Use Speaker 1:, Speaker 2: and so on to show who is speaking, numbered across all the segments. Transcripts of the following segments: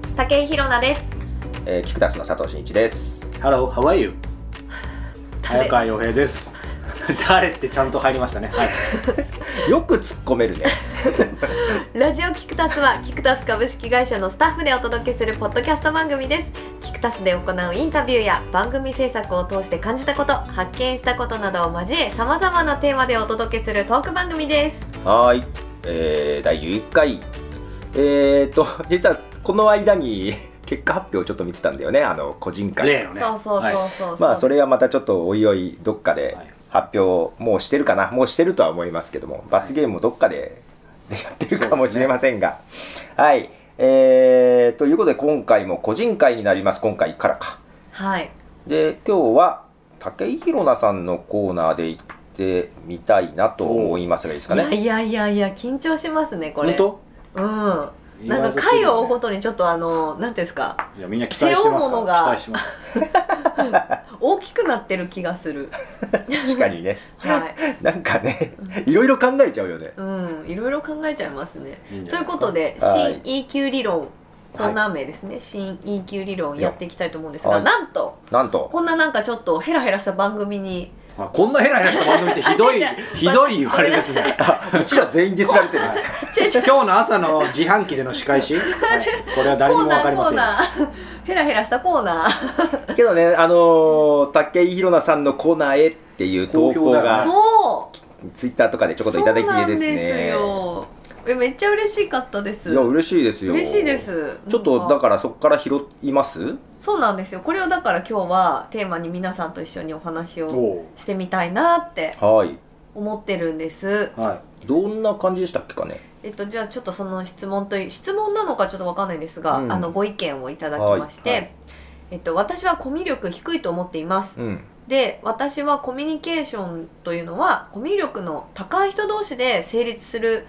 Speaker 1: うなです
Speaker 2: えー、キクタスの佐藤真一です。
Speaker 3: Hello, how are you?
Speaker 1: 誰
Speaker 3: 早川洋平です。 誰ってちゃんと入りましたね。はい。
Speaker 2: よく突っ込めるね。
Speaker 1: ラジオキクタスはキクタス株式会社のスタッフでお届けするポッドキャスト番組ですキクタスで行うインタビューや番組制作を通して感じたこと発見したことなどを交え様々なテーマでお届けするトーク番組です
Speaker 2: はーい、えー、第11回。えーと、実はこの間に結果発表をちょっと見てたんだよね、あの、個人会。
Speaker 3: 例のね。
Speaker 1: そうそうそう
Speaker 3: は
Speaker 1: そうそう、
Speaker 2: まあ、それはまたちょっとおいおい、どっかで
Speaker 3: はい
Speaker 2: 発表、もうしてるかな、もうしてるとは思いますけども、罰ゲームもどっかでやってるかもしれませんが。はい。えー、ということで、今回も個人会になります、今回からか。
Speaker 1: はい
Speaker 2: で今日は武井宏奈さんのコーナーで行ってみたいなと思いますがいいですか
Speaker 1: いや
Speaker 2: ね
Speaker 1: いやいやいや緊張しますねこ
Speaker 3: い。
Speaker 1: れ
Speaker 3: 本
Speaker 1: うん
Speaker 3: 当？
Speaker 1: なんか回を追うご
Speaker 3: と。
Speaker 1: とにちょっとあのなんていうんですか
Speaker 3: いやみんな期待してま
Speaker 1: 背
Speaker 3: す
Speaker 1: 負うも
Speaker 3: か
Speaker 1: の
Speaker 3: ら。
Speaker 1: が
Speaker 3: 期待してます。
Speaker 1: 大きくなってる気がする
Speaker 2: 確かにね
Speaker 1: はい
Speaker 2: なんかねいろいろ考えちゃうよね
Speaker 1: うんいろいろ考えちゃいますね
Speaker 3: いいんじ
Speaker 1: と
Speaker 3: ゃ
Speaker 1: いう
Speaker 3: なです
Speaker 1: こ
Speaker 3: か
Speaker 1: と。で
Speaker 2: はい
Speaker 1: 新 EQ 理論コーナー名ですね、新 EQ 理論やっていきたいと思うんですが、
Speaker 2: はい
Speaker 1: なんと
Speaker 2: なんと
Speaker 1: こんななんかちょっとヘラヘラした番組 に
Speaker 3: まあこんなヘラヘラした番組ってひど い
Speaker 1: あ違う違う
Speaker 3: ひどい言われですね。
Speaker 2: うちら全員ディスられてる
Speaker 3: はい
Speaker 1: 違う違
Speaker 3: 今
Speaker 1: う
Speaker 3: 日の朝の自販機での仕 返し。はいこれは誰に
Speaker 1: コー
Speaker 3: もわ
Speaker 1: ナ
Speaker 3: か
Speaker 1: ー
Speaker 3: り
Speaker 1: コ
Speaker 3: ま
Speaker 1: ー
Speaker 3: せんよ。
Speaker 1: ナー ヘラヘラしたコーナー
Speaker 2: けどねあのー武井宏奈さんのコーナーへっていう投稿
Speaker 3: あ
Speaker 2: が
Speaker 1: そう
Speaker 2: ツイッターとかでちょこっといただきですね
Speaker 1: そうなんですよえめっちゃ嬉しかったです
Speaker 2: いや嬉しいですよ
Speaker 1: 嬉しいです
Speaker 2: ちょっとだからそこから拾います
Speaker 1: そうなんですよこれをだから今日はテーマに皆さんと一緒にお話
Speaker 3: お
Speaker 1: を
Speaker 3: う
Speaker 1: してみたいなって
Speaker 2: はい
Speaker 1: 思ってるんです
Speaker 3: は
Speaker 2: どんな感じでしたっけかね
Speaker 1: えっと、じゃあちょっとその質問という質問なのかちょっとわかんないですが、
Speaker 2: うん
Speaker 1: あのご意見をいただきまして、
Speaker 2: はいはい
Speaker 1: えっと、私はコミュ力低いと思っています
Speaker 2: うん
Speaker 1: で私はコミュニケーションというのはコミュ力の高い人同士で成立する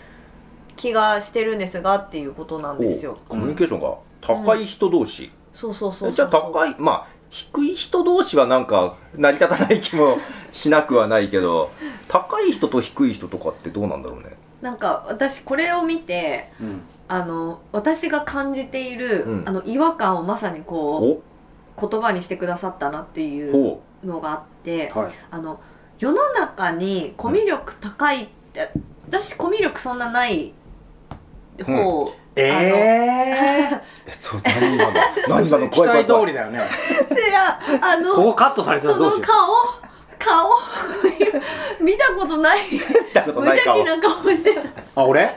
Speaker 1: 気がしてるんですがっていうことなんですよ
Speaker 2: コミュニケーションが高い人同士、
Speaker 1: そうそうそうそう
Speaker 2: じゃあ
Speaker 1: い
Speaker 2: 高いまあ低い人同士はなんか成り立たない気もしなくはないけ ど高い人と低い人とかってどうなんだろうね
Speaker 1: なんか私これを見て
Speaker 3: い。うん。
Speaker 1: あの私が感じている、
Speaker 2: うん
Speaker 1: あの違和感をまさにこ
Speaker 2: お
Speaker 1: う言葉にしてくださったなっていう
Speaker 2: ほ
Speaker 1: のがあって
Speaker 3: はい。
Speaker 1: あの世の中にコミュ力高いって、私コミュ力そんなない方、
Speaker 3: え
Speaker 2: う
Speaker 3: え
Speaker 2: えっと何今の何今の
Speaker 3: ー。期
Speaker 2: 怖い怖
Speaker 3: 待
Speaker 2: い怖
Speaker 3: 通
Speaker 2: い
Speaker 3: りだよね。
Speaker 1: いやあの
Speaker 3: ここカットされてた
Speaker 1: そ
Speaker 3: らど
Speaker 1: の
Speaker 3: うしよう。
Speaker 1: 顔顔見たことない
Speaker 2: 見たこと
Speaker 1: 無
Speaker 2: ない
Speaker 1: 邪
Speaker 2: 顔
Speaker 1: 気な顔してた、
Speaker 3: あ、俺？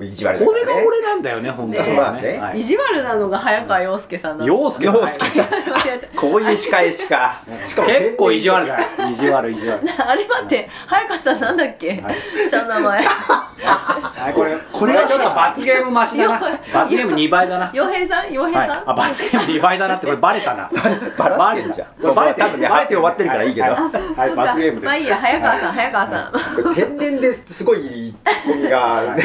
Speaker 2: 意地悪だ
Speaker 3: こ
Speaker 2: から
Speaker 3: れ
Speaker 2: ね
Speaker 3: が俺なんだよね、本当はね。
Speaker 2: ね
Speaker 3: は
Speaker 1: 意地悪なのが早川洋介さんなの
Speaker 3: 洋介さん
Speaker 2: 洋介さん
Speaker 1: 間違え
Speaker 2: こういう仕返しかしかも
Speaker 3: 結構意地悪だよ。意地悪、意地悪。
Speaker 1: たあれ待って早川さんなんだっけ、
Speaker 3: はい
Speaker 1: 下の名 前
Speaker 3: はい、これ、
Speaker 2: こ
Speaker 3: こ
Speaker 2: れ
Speaker 3: れ
Speaker 2: は
Speaker 3: はちょっと罰ゲームマシだな
Speaker 1: よ。
Speaker 3: 罰ゲーム2倍だな。
Speaker 1: 洋平さん洋平
Speaker 3: はい、
Speaker 1: さん、
Speaker 3: あ、罰ゲーム2倍だなって、これバレたな。
Speaker 2: バラしてんじゃん
Speaker 3: これバレて
Speaker 2: 多分ね発表終わってるからいいけど
Speaker 3: は
Speaker 1: そ
Speaker 3: い、
Speaker 1: うか
Speaker 3: 罰ゲームです。
Speaker 1: まあいいや早川さん、早川さん、
Speaker 2: これ天然ですごいツッコミが、ね、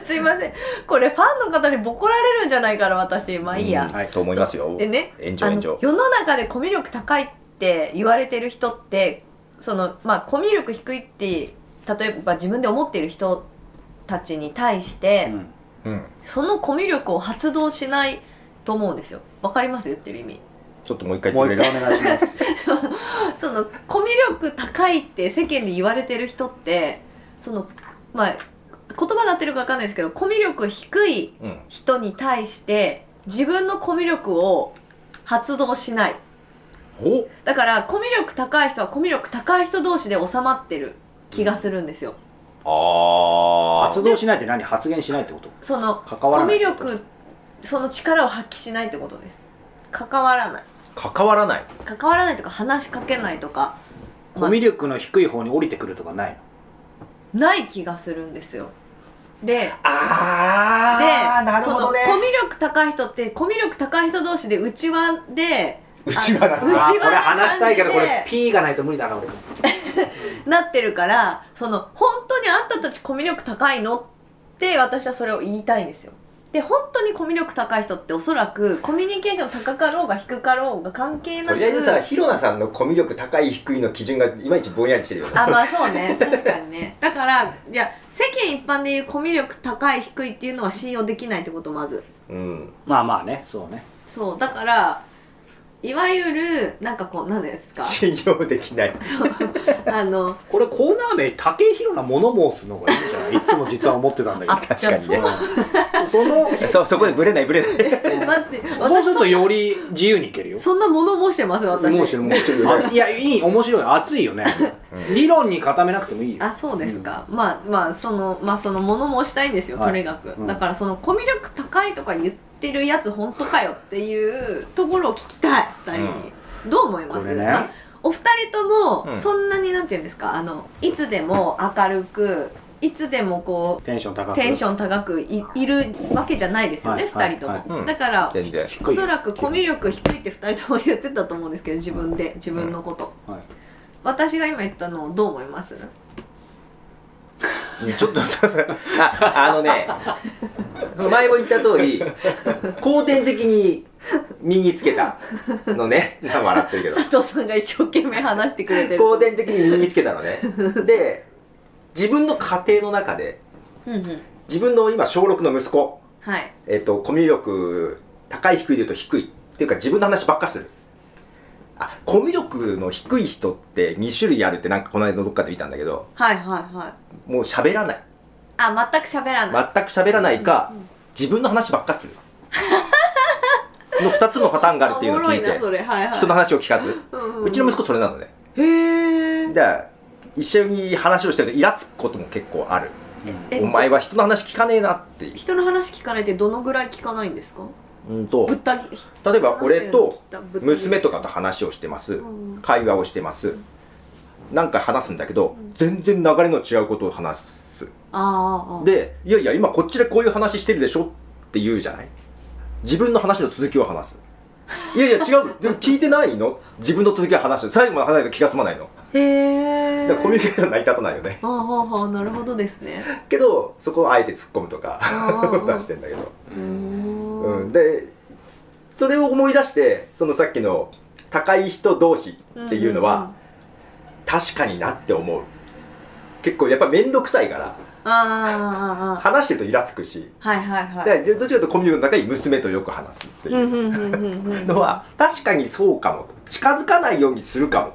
Speaker 1: すいませんこれファンの方にボコられるんじゃないから私まあいいや、
Speaker 2: うんはいと思いますよ
Speaker 1: でね
Speaker 2: 炎上
Speaker 1: あ
Speaker 2: 炎
Speaker 1: の
Speaker 2: 上
Speaker 1: 世の中でコミュ力高いって言われてる人ってそのまあコミュ力低いって例えば自分で思ってる人たちに対して、
Speaker 3: うん
Speaker 2: うん
Speaker 1: そのコミュ力を発動しないと思うんですよわかります言ってる意味
Speaker 2: ちょっともう一回
Speaker 3: も
Speaker 2: 言っ
Speaker 3: う
Speaker 2: て
Speaker 3: 一
Speaker 2: くれ
Speaker 3: 回
Speaker 2: る
Speaker 3: お願いします。
Speaker 1: そのコミュ力高いって世間で言われてる人ってそのまあ言葉になってるかわかんないですけどコミュ力低い
Speaker 2: うん
Speaker 1: 人に対して自分のコミュ力を発動しない
Speaker 2: お
Speaker 1: だからコミュ力高い人はコミュ力高い人同士で収まってる気がするんですよ
Speaker 2: ああ
Speaker 3: 発動しないって何発言しないってこと
Speaker 1: その
Speaker 3: 関
Speaker 1: コ
Speaker 3: わらな
Speaker 1: ミュ
Speaker 3: い。
Speaker 1: 力その力を発揮しないってことです関わらない
Speaker 2: 関わらない
Speaker 1: 関わらないとか話しかけないとか、ま
Speaker 3: コミュ力の低い方に降りてくるとかない
Speaker 1: あない気がするんですよで
Speaker 2: ああなるほどね
Speaker 1: そのコミュ力高い人ってコミュ力高い人同士で内輪で
Speaker 2: うちはな
Speaker 1: あの
Speaker 3: の
Speaker 1: 内輪
Speaker 3: あ
Speaker 1: な感じで
Speaker 3: ーこれ話したいけど、これ P がないと無理だな、俺。
Speaker 1: なってるからその本当にあんたたちコミュ力高いのって私はそれを言いたいんですよで本当にコミュ力高い人っておそらくコミュニケーション高かろうが低かろうが関係なく
Speaker 2: とりあえずさひろなさんのコミュ力高い低いの基準がいまいちぼんやりしてるよね
Speaker 1: あまあそうね確かにねだからいや世間一般でいうコミュ力高い低いっていうのは信用できないってことまず
Speaker 2: うん。
Speaker 3: まあまあねそうね
Speaker 1: そうだからいわゆるなんかこう何です か
Speaker 2: 信用で きない。
Speaker 1: あの
Speaker 3: これコーナー名武井宏な物申すのがいいんじゃないいつも実は思ってたんだ
Speaker 1: あ
Speaker 3: け
Speaker 2: 確
Speaker 1: じゃ
Speaker 2: か
Speaker 1: あ
Speaker 2: に
Speaker 1: そう
Speaker 2: ね
Speaker 1: 待
Speaker 3: どそ の
Speaker 2: そう、そこでブレない、ブレない。
Speaker 1: って
Speaker 3: そうする
Speaker 1: 私
Speaker 3: とより自由にいけるよ
Speaker 1: そんな物申してます私
Speaker 3: 面白い面白いいやいい面白い熱いよね
Speaker 2: うん
Speaker 3: 理論に固めなくてもいいよ
Speaker 1: あそうですか、まあまあそのまあその物申したいんですよ、
Speaker 3: はい
Speaker 1: とにかく、
Speaker 3: うん
Speaker 1: だからそのコミュ力高いとか言ってるやつ本当かよっていうところを聞きたい二人に、どう思い
Speaker 3: こ
Speaker 1: ます
Speaker 3: れね
Speaker 1: まあお二人と
Speaker 2: う
Speaker 1: も
Speaker 2: ん
Speaker 1: そんなになんていうんですかあのいつでも明るくいつでもこ
Speaker 3: テンション高
Speaker 1: う
Speaker 3: く
Speaker 1: テンション高くいいるわけじゃないですよね、
Speaker 3: はい
Speaker 1: 二人とも、
Speaker 3: はい
Speaker 2: はいうん
Speaker 1: だから
Speaker 2: 全然。
Speaker 3: 低
Speaker 1: お
Speaker 3: い
Speaker 1: そらくコミュ力低いって二人とも言ってたと思うんですけど自分で自分のこと、
Speaker 3: はい
Speaker 1: 私が今言ったのをどう思います
Speaker 2: ちょっと、ちょっとあ、あのね、その前も言った通り、後天的に身につけたのね。笑ってるけど。
Speaker 1: 佐藤さんが一生懸命話してくれてる
Speaker 2: 後天的に身につけたのね。で、自分の家庭の中で、
Speaker 1: うんうん
Speaker 2: 自分の今小6の息子、
Speaker 1: はい
Speaker 2: えっ、と、コミュ力高い低いで言うと低い。っていうか自分の話ばっかする。あ、コミュ力の低い人って2種類あるってなんかこの間どっかで見たんだけど、
Speaker 1: はいはいはい
Speaker 2: もう喋らない。
Speaker 1: あ全く喋らない
Speaker 2: 全く喋らないか、自分の話ばっかする。の2つのパターンがあるっていうのを聞い
Speaker 1: おもろいなそれ
Speaker 2: て、
Speaker 1: はいはい
Speaker 2: 人の話を聞かず。
Speaker 1: うんうんうん
Speaker 2: うちの息子それなのね。
Speaker 1: へー
Speaker 2: じゃあ、一緒に話をしてるとイラつくことも結構ある。
Speaker 1: え
Speaker 2: お前は人の話聞かねえなっていう。
Speaker 1: 人の話聞かないってどのぐらい聞かないんですか
Speaker 2: うんと
Speaker 1: ぶ、った切
Speaker 2: 例えば俺と娘とかと
Speaker 1: と
Speaker 2: 話をしてます。
Speaker 1: うん
Speaker 2: 会話をしてますなんか話すんだけど全然流れの違うことを話す
Speaker 1: ああああ
Speaker 2: でいやいや今こっちでこういう話してるでしょって言うじゃない自分の話の続きを話すいやいや違うでも聞いてないの自分の続きを話す最後まで話さないと気が済まないの
Speaker 1: へえ
Speaker 2: だからコミュニケーション成り立たないよね
Speaker 1: ああああなるほどです ね
Speaker 2: けどそこをあえて突っ込むと
Speaker 1: あ
Speaker 2: か
Speaker 1: あ
Speaker 2: 出
Speaker 1: ああ
Speaker 2: してんだけど、
Speaker 1: うーん
Speaker 2: うん、でそれを思い出してそのさっきの高い人同士っていうのは、確かになって思う結構やっぱ面倒くさいから
Speaker 1: うんうんああああああ
Speaker 2: 話してるとイラつくし
Speaker 1: はいはいは
Speaker 2: だ
Speaker 1: い
Speaker 2: からどっちかというとコミュ力の中に娘とよく話すって
Speaker 1: う
Speaker 2: いうん
Speaker 1: うんうんうんうん
Speaker 2: のは確かにそうかも近づかないようにするか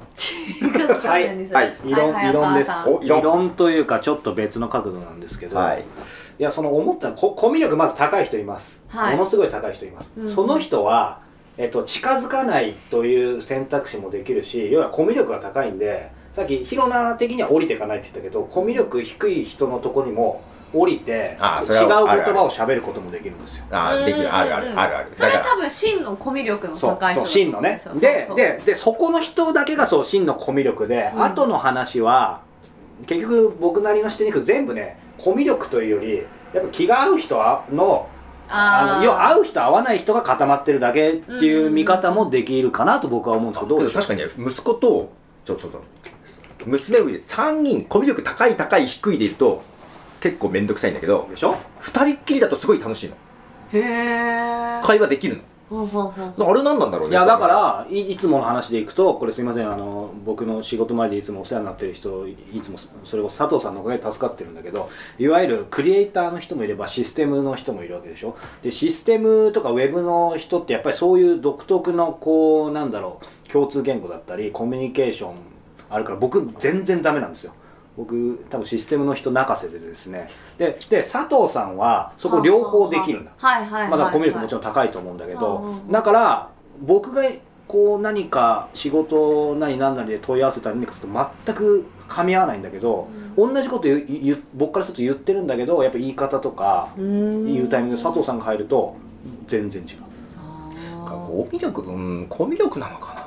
Speaker 1: はい
Speaker 2: もはい
Speaker 3: 異論
Speaker 1: はいはい
Speaker 3: 異論です
Speaker 1: お母さ
Speaker 2: んお
Speaker 3: 異
Speaker 2: 異論
Speaker 3: 論というかちょっと別の角度なんですけど、
Speaker 2: はいい、
Speaker 3: やその思ったこコミュ力まず高い人います、
Speaker 1: はい
Speaker 3: ものすごい高い人います、
Speaker 1: うん
Speaker 3: その人は、えっと、近づかないという選択肢もできるし要はコミュ力が高いんでさっきヒロナ的には降りていかないって言ったけどコミュ力低い人のところにも降りて
Speaker 2: あーそ
Speaker 3: 違
Speaker 2: れ
Speaker 3: う言
Speaker 2: はあるある
Speaker 3: 葉を喋ることもできるんですよ
Speaker 2: あ
Speaker 1: うん
Speaker 2: あできるあるあるあるある
Speaker 1: それ
Speaker 2: だ
Speaker 1: は
Speaker 2: か
Speaker 1: 多分真のコミュ力の
Speaker 3: そ
Speaker 1: 高
Speaker 3: う
Speaker 1: い人
Speaker 3: そう真のね
Speaker 1: そうそう
Speaker 3: で
Speaker 1: そう
Speaker 3: ででそこの人だけがそう真のコミュ力で、
Speaker 1: うん
Speaker 3: 後の話は結局僕なりの視点に行くと全部ねコミュ力というよりやっぱ気が合う人はのあ
Speaker 1: あ
Speaker 3: の
Speaker 1: ー
Speaker 3: 要は合う人合わない人が固まってるだけって
Speaker 1: うんうん
Speaker 3: い
Speaker 1: うん
Speaker 3: う見方もできるかなと僕は思うんですけどどう
Speaker 2: ら
Speaker 3: でしょう
Speaker 2: 確かにね息子とちょそうそう娘を入れて3人コミュ力高い高い低いでいると結構面倒くさいんだけど
Speaker 3: でしょ
Speaker 2: 2人っきりだとすごい楽しいの
Speaker 1: へえ
Speaker 2: 会話できる
Speaker 1: ほうほうほう
Speaker 2: のあれ何なんだろう
Speaker 3: い
Speaker 2: ね
Speaker 3: やだからいいつもの話でいくとこれすいませんあの僕の仕事前でいつもお世話になってる人いいつもそれこそ佐藤さんのおかげで助かってるんだけどいわゆるクリエイターの人もいればシステムの人もいるわけでしょでシステムとかウェブの人ってやっぱりそういう独特のこうなんだろう共通言語だったりコミュニケーションあるから僕全然ダメなんですよ僕多分システムの人泣かせでですねでで佐藤さんはそこ両方できるんだ
Speaker 1: はいはいはい
Speaker 3: まだコミュ力もち
Speaker 1: ろん
Speaker 3: ろん高いと思うんだけ
Speaker 1: うんう
Speaker 3: ど
Speaker 1: んうん
Speaker 3: だから僕がこう何か仕事なり何なりで問い合わせたり何かすると全く噛み合わないんだけど同じこと言う言う僕からすると言ってるんだけどやっぱ言い方とか言うタイミングで佐藤さんが入ると全然違う
Speaker 1: さん
Speaker 2: コミュ力うんコミュ力なのかな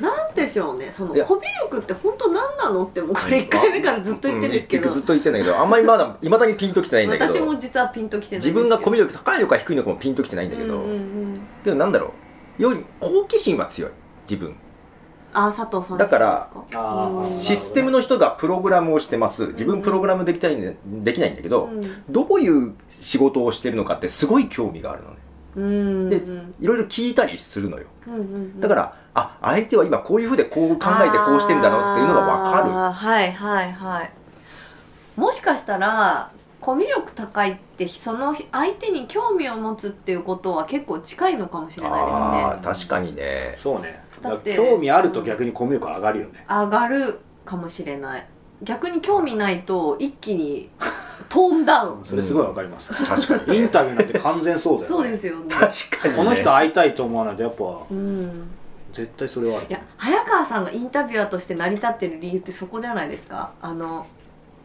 Speaker 1: なんでしょうねその
Speaker 2: いや
Speaker 1: コミュ力って本当何なのってもうこれ1回目からずっと言ってるんですけ
Speaker 2: う
Speaker 1: ど
Speaker 2: んずっと言ってんだけどあんまりまだいまだにピンときてないんだけど
Speaker 1: 私も実はピンときてないんです
Speaker 2: 自
Speaker 1: けど
Speaker 2: 分がコミュ力高いのか低いのかもピンときてないんだけ
Speaker 1: う
Speaker 2: ど、
Speaker 1: んうんうん
Speaker 2: でもなんだろうより好奇心は強い自分
Speaker 1: あー佐藤さん
Speaker 2: だから
Speaker 1: です
Speaker 3: あー
Speaker 1: うん
Speaker 2: システムの人がプログラムをしてます自分プログラムできたいんでできないんだけど、どういう仕事をしてるのかってすごい興味があるのね
Speaker 1: うんうん
Speaker 2: で
Speaker 1: うん
Speaker 2: いろいろ聞いたりするのよ
Speaker 1: うんうんうん
Speaker 2: だから、あ相手は今こういうふうでこう考えてこうしてんだろうっていうのが分かる
Speaker 1: あーはいはいはいもしかしたらコミュ力高いってその相手に興味を持つっていうことは結構近いのかもしれないですね
Speaker 2: あー確かにね
Speaker 3: そうねだ
Speaker 1: だっ
Speaker 3: か
Speaker 1: て
Speaker 3: ら興味あると逆にコミュ力上がるよね
Speaker 1: 上がるかもしれない逆に興味ないと一気にトーンダウ ン
Speaker 3: それすごいわかります、
Speaker 2: 確かに
Speaker 3: イ
Speaker 2: ね、
Speaker 3: ンタビューなんて完全そうだよ、ね、
Speaker 1: そうですよね
Speaker 2: 確かに、ね、
Speaker 3: この人会いたいと思わないとやっぱ
Speaker 1: うん
Speaker 3: 絶対それはある
Speaker 1: いや早川さんがインタビュアーとして成り立ってる理由ってそこじゃないですかあの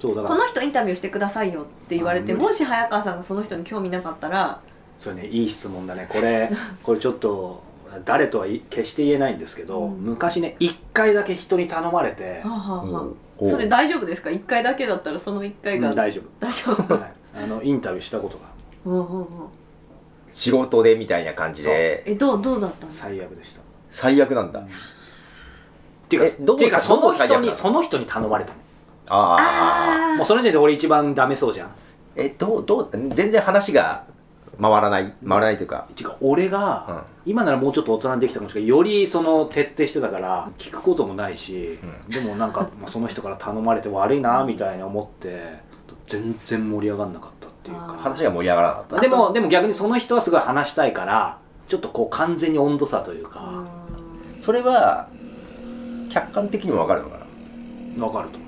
Speaker 3: そうだか
Speaker 1: こ
Speaker 3: ら
Speaker 1: の人インタビューしてくださいよって言われて
Speaker 3: あ無理
Speaker 1: もし早川さんがその人に興味なかったら
Speaker 3: それねいい質問だね これこれちょっと誰とは言い決して言えないんですけど、
Speaker 1: うん
Speaker 3: 昔ね一回だけ人に頼まれて
Speaker 1: はあ、、はあはあ、
Speaker 2: おう
Speaker 1: それ大丈夫ですか1回だけだったらその1回が、
Speaker 3: うん大丈
Speaker 1: 大丈 夫
Speaker 3: 夫、はい、あのインタビューしたことが
Speaker 1: うんうんうん
Speaker 2: 仕事でみたいな感じで
Speaker 1: えどうどうだったんですか
Speaker 3: 最悪でした
Speaker 2: 最悪なんだ、
Speaker 3: っていうか
Speaker 2: えどこ
Speaker 3: っていうかその
Speaker 2: どこ
Speaker 3: 人
Speaker 2: が最悪な
Speaker 3: に
Speaker 2: の
Speaker 3: その人に頼まれたの
Speaker 2: ああ
Speaker 1: あ
Speaker 3: もうその時点で俺一番ダメそうじゃん
Speaker 2: えどうどう全然話が回らない回らないというか、
Speaker 3: っていうか俺
Speaker 2: う
Speaker 3: が、
Speaker 2: ん
Speaker 3: 今ならもうちょっと大人にできたかもしれないよりその徹底してたから聞くこともないし、
Speaker 2: う
Speaker 3: でもなんか、まあ、その人から頼まれて悪いなみたいに思って全然盛り上がんなかったっていう
Speaker 1: あ
Speaker 3: か
Speaker 2: 話が盛り上がらなかっ
Speaker 1: ー
Speaker 3: でもでも逆にその人はすごい話したいからちょっとこう完全に温度差という
Speaker 1: あ
Speaker 3: か
Speaker 2: たそれは客観的にも分かるのかな
Speaker 3: わかると思う、
Speaker 1: うん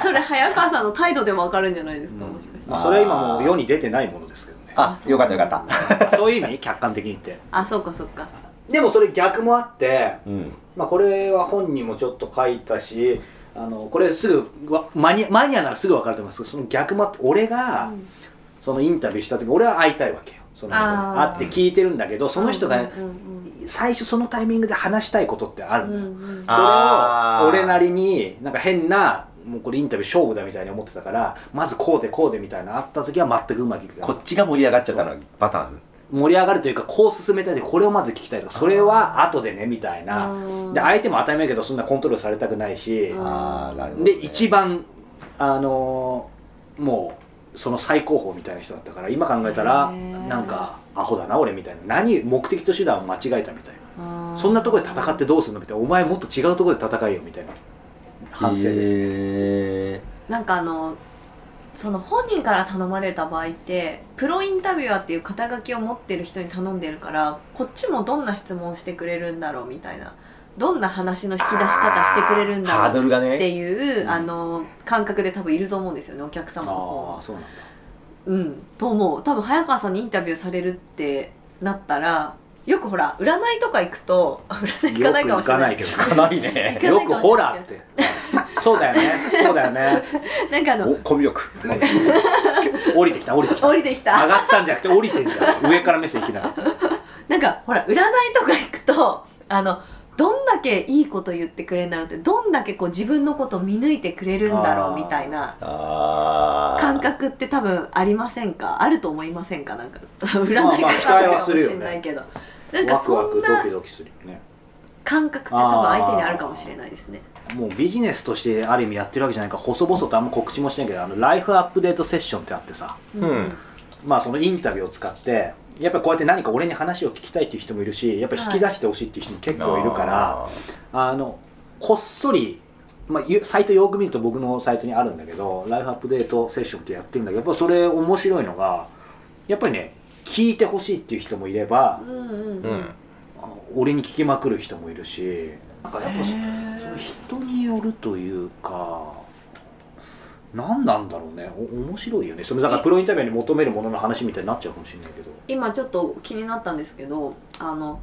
Speaker 1: それ早川さんの態度でも分かるんじゃないですか、もしかして
Speaker 3: まあ、それは今もう世に出てないものですけどね
Speaker 2: あ
Speaker 1: そう
Speaker 2: よかったよかった
Speaker 3: そういう意味客観的に言って
Speaker 1: あそうかそうか
Speaker 3: でもそれ逆もあって
Speaker 2: うん
Speaker 3: まあ、これは本人もちょっと書いたしあのこれすぐわマニアマニアならすぐ分かると思いますけどその逆もあって俺が
Speaker 1: うん
Speaker 3: そのインタビューした時俺は会いたいわけよその人に
Speaker 1: あー
Speaker 3: 会って聞いてるんだけどその人
Speaker 1: う
Speaker 3: が
Speaker 1: んうん
Speaker 3: 最初そのタイミングで話したいことってある
Speaker 1: うんん
Speaker 3: だ
Speaker 1: う
Speaker 3: よ、
Speaker 1: んうん
Speaker 3: それ
Speaker 2: あ
Speaker 3: を
Speaker 2: ー
Speaker 3: 俺なりになんか変なもうこれインタビュー勝負だみたいに思ってたからまずこうでこうでみたいなあった時は全くうまくいく
Speaker 2: こっちが盛り上がっちゃったのパターン
Speaker 3: 盛り上がるというかこう進めたいでこれをまず聞きたいとかそれは後でねみたいなで相手も当たり前だけどそんなコントロールされたくないし、
Speaker 1: うん
Speaker 2: あーなるほどね
Speaker 3: で一番あのーもうその最高峰みたいな人だったから今考えたら
Speaker 1: へー
Speaker 3: なんかアホだな俺みたいな何目的と手段を間違えたみたい
Speaker 1: あ
Speaker 3: な
Speaker 1: ー
Speaker 3: そんなとこで戦ってどうすんのみたいなお前もっと違うとこで戦えよみたいな反省です、
Speaker 2: へ
Speaker 1: なんかあのその本人から頼まれた場合ってプロインタビュアーっていう肩書きを持ってる人に頼んでるからこっちもどんな質問してくれるんだろうみたいなどんな話の引き出し方してくれるん
Speaker 2: ーハ
Speaker 1: だろ
Speaker 2: ード
Speaker 1: う
Speaker 2: ルが
Speaker 1: って
Speaker 2: ね
Speaker 1: いううんあの感覚で多分いると思うんですよねお客様の方
Speaker 3: あ
Speaker 1: は
Speaker 3: あそうなんだ
Speaker 1: うんと思う多分早川さんにインタビューされるってなったらよくほら占いとか行くとあ占い行かないか
Speaker 3: よ
Speaker 1: も
Speaker 3: く行
Speaker 1: しれな
Speaker 3: かないいけど
Speaker 2: 行かない ね
Speaker 1: 行か
Speaker 3: よ
Speaker 1: ないかもしれない
Speaker 3: くホラーってそうだよねそうだよね
Speaker 1: なんかあ
Speaker 2: お
Speaker 1: の
Speaker 2: コミュ力
Speaker 3: 降りてきた降りてきた
Speaker 1: 降
Speaker 3: 上
Speaker 1: りてきた
Speaker 3: がったんじゃなくて降りてんじゃん上から目線いきなり
Speaker 1: なんかほら占いとか行くとあのどんだけいいこと言ってくれるんだろうってどんだけこう自分のことを見抜いてくれるんだろうみたいな
Speaker 2: ああ
Speaker 1: 感覚って多分ありませんかあると思いませんかなんか占い
Speaker 3: まあまあ
Speaker 1: が
Speaker 3: 期待は
Speaker 1: か
Speaker 3: す
Speaker 1: も
Speaker 3: る
Speaker 1: し
Speaker 3: よ
Speaker 1: れ
Speaker 3: ね
Speaker 1: ないけど、なん
Speaker 3: ワ
Speaker 1: か
Speaker 3: クワ
Speaker 1: そん
Speaker 3: クド
Speaker 1: な
Speaker 3: キドキするよね
Speaker 1: 感覚って多分相手にあるかもしれないですね
Speaker 3: もうビジネスとしてある意味やってるわけじゃないから細々とあんま告知もしてないけどあのライフアップデートセッションってあってさ
Speaker 2: ん
Speaker 3: まあそのインタビューを使ってやっぱりこうやって何か俺に話を聞きたいっていう人もいるしやっぱり引き出してほしいっていう人も結構いるから、あのこっそり、まあ、ゆサイトよく見ると僕のサイトにあるんだけどライフアップデートセッションってやってるんだけどやっぱそれ面白いのがやっぱりね聞いてほしいっていう人もいれば
Speaker 1: うんうん
Speaker 2: う
Speaker 1: うんん
Speaker 3: あの俺に聞きまくる人もいるしなんかやっぱそ
Speaker 1: へー
Speaker 3: その人によるというか何なんだろうねお面白いよねそれだからプロインタビューに求めるものの話みたいになっちゃうかもしれないけど
Speaker 1: 今ちょっと気になったんですけどあの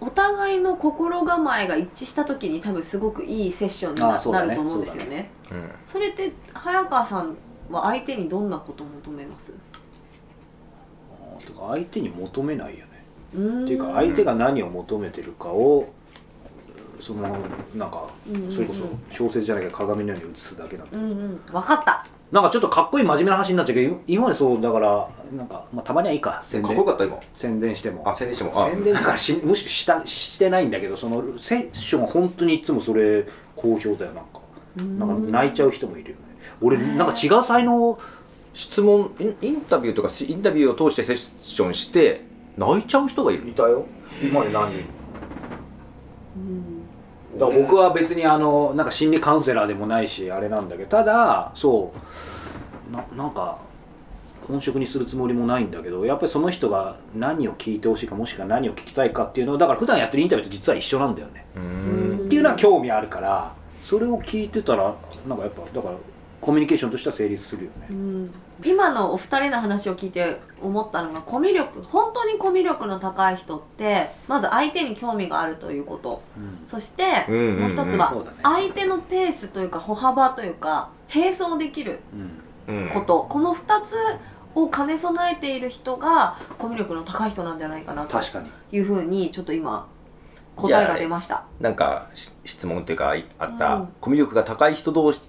Speaker 1: お互いの心構えが一致した時に多分すごくいいセッションに
Speaker 3: あ
Speaker 1: な,、
Speaker 3: ーそうだ
Speaker 1: な
Speaker 3: ね
Speaker 1: ると思うんですよね
Speaker 2: うん
Speaker 1: それって早川さんは相手にどんなことを求めます
Speaker 3: あーてか相手に求めないよね
Speaker 1: うーん
Speaker 3: っていうか相手が何を求めてるかをそのなんか
Speaker 1: うんうんうん
Speaker 3: それこそ小説じゃないけど鏡のように映すだけなんで
Speaker 1: うんうん分かった
Speaker 3: なんかちょっとかっこいい真面目な話になっちゃうけど今今までそうだからなんか、まあ、たまにはいいか宣
Speaker 2: かっこよ
Speaker 3: 伝
Speaker 2: かった今
Speaker 3: 宣伝しても
Speaker 2: あ宣伝してもあ
Speaker 3: 宣伝だか らしむしろしたしてないんだけどそのセッションは本当にいつもそれ好評だよなんかなんか泣いちゃう人もいるよね俺
Speaker 1: へー
Speaker 3: なんか違う才能
Speaker 2: 質問インインタビューとかしインタビューを通してセッションして泣いちゃう人がいる
Speaker 3: たよ今まで何人
Speaker 1: うん
Speaker 3: だから僕は別にあのなんか心理カウンセラーでもないしあれなんだけどただそうななんか本職にするつもりもないんだけどやっぱりその人が何を聞いてほしいかもしくは何を聞きたいかっていうのをだから普段やってるインタビューと実は一緒なんだよね、
Speaker 2: う
Speaker 1: うん
Speaker 2: ん
Speaker 3: っていうのは興味あるからそれを聞いてたらなんかやっぱだからコミュニケーションとしては成立するよね
Speaker 1: うん今のお二人の話を聞いて思ったのがコミュ力本当にコミュ力の高い人ってまず相手に興味があるということそして、
Speaker 2: うんうんうん
Speaker 1: もう一つは
Speaker 3: そうだね
Speaker 1: 相手のペースというか歩幅というか並走できる
Speaker 3: うん
Speaker 2: うん
Speaker 1: こと、この2つを兼ね備えている人がコミュ力の高い人なんじゃないかなと
Speaker 3: 確かに
Speaker 1: いうふうにちょっと今答えが出ました
Speaker 2: なんかし質問というかいあった、
Speaker 1: うん
Speaker 2: コミュ力が高い人同士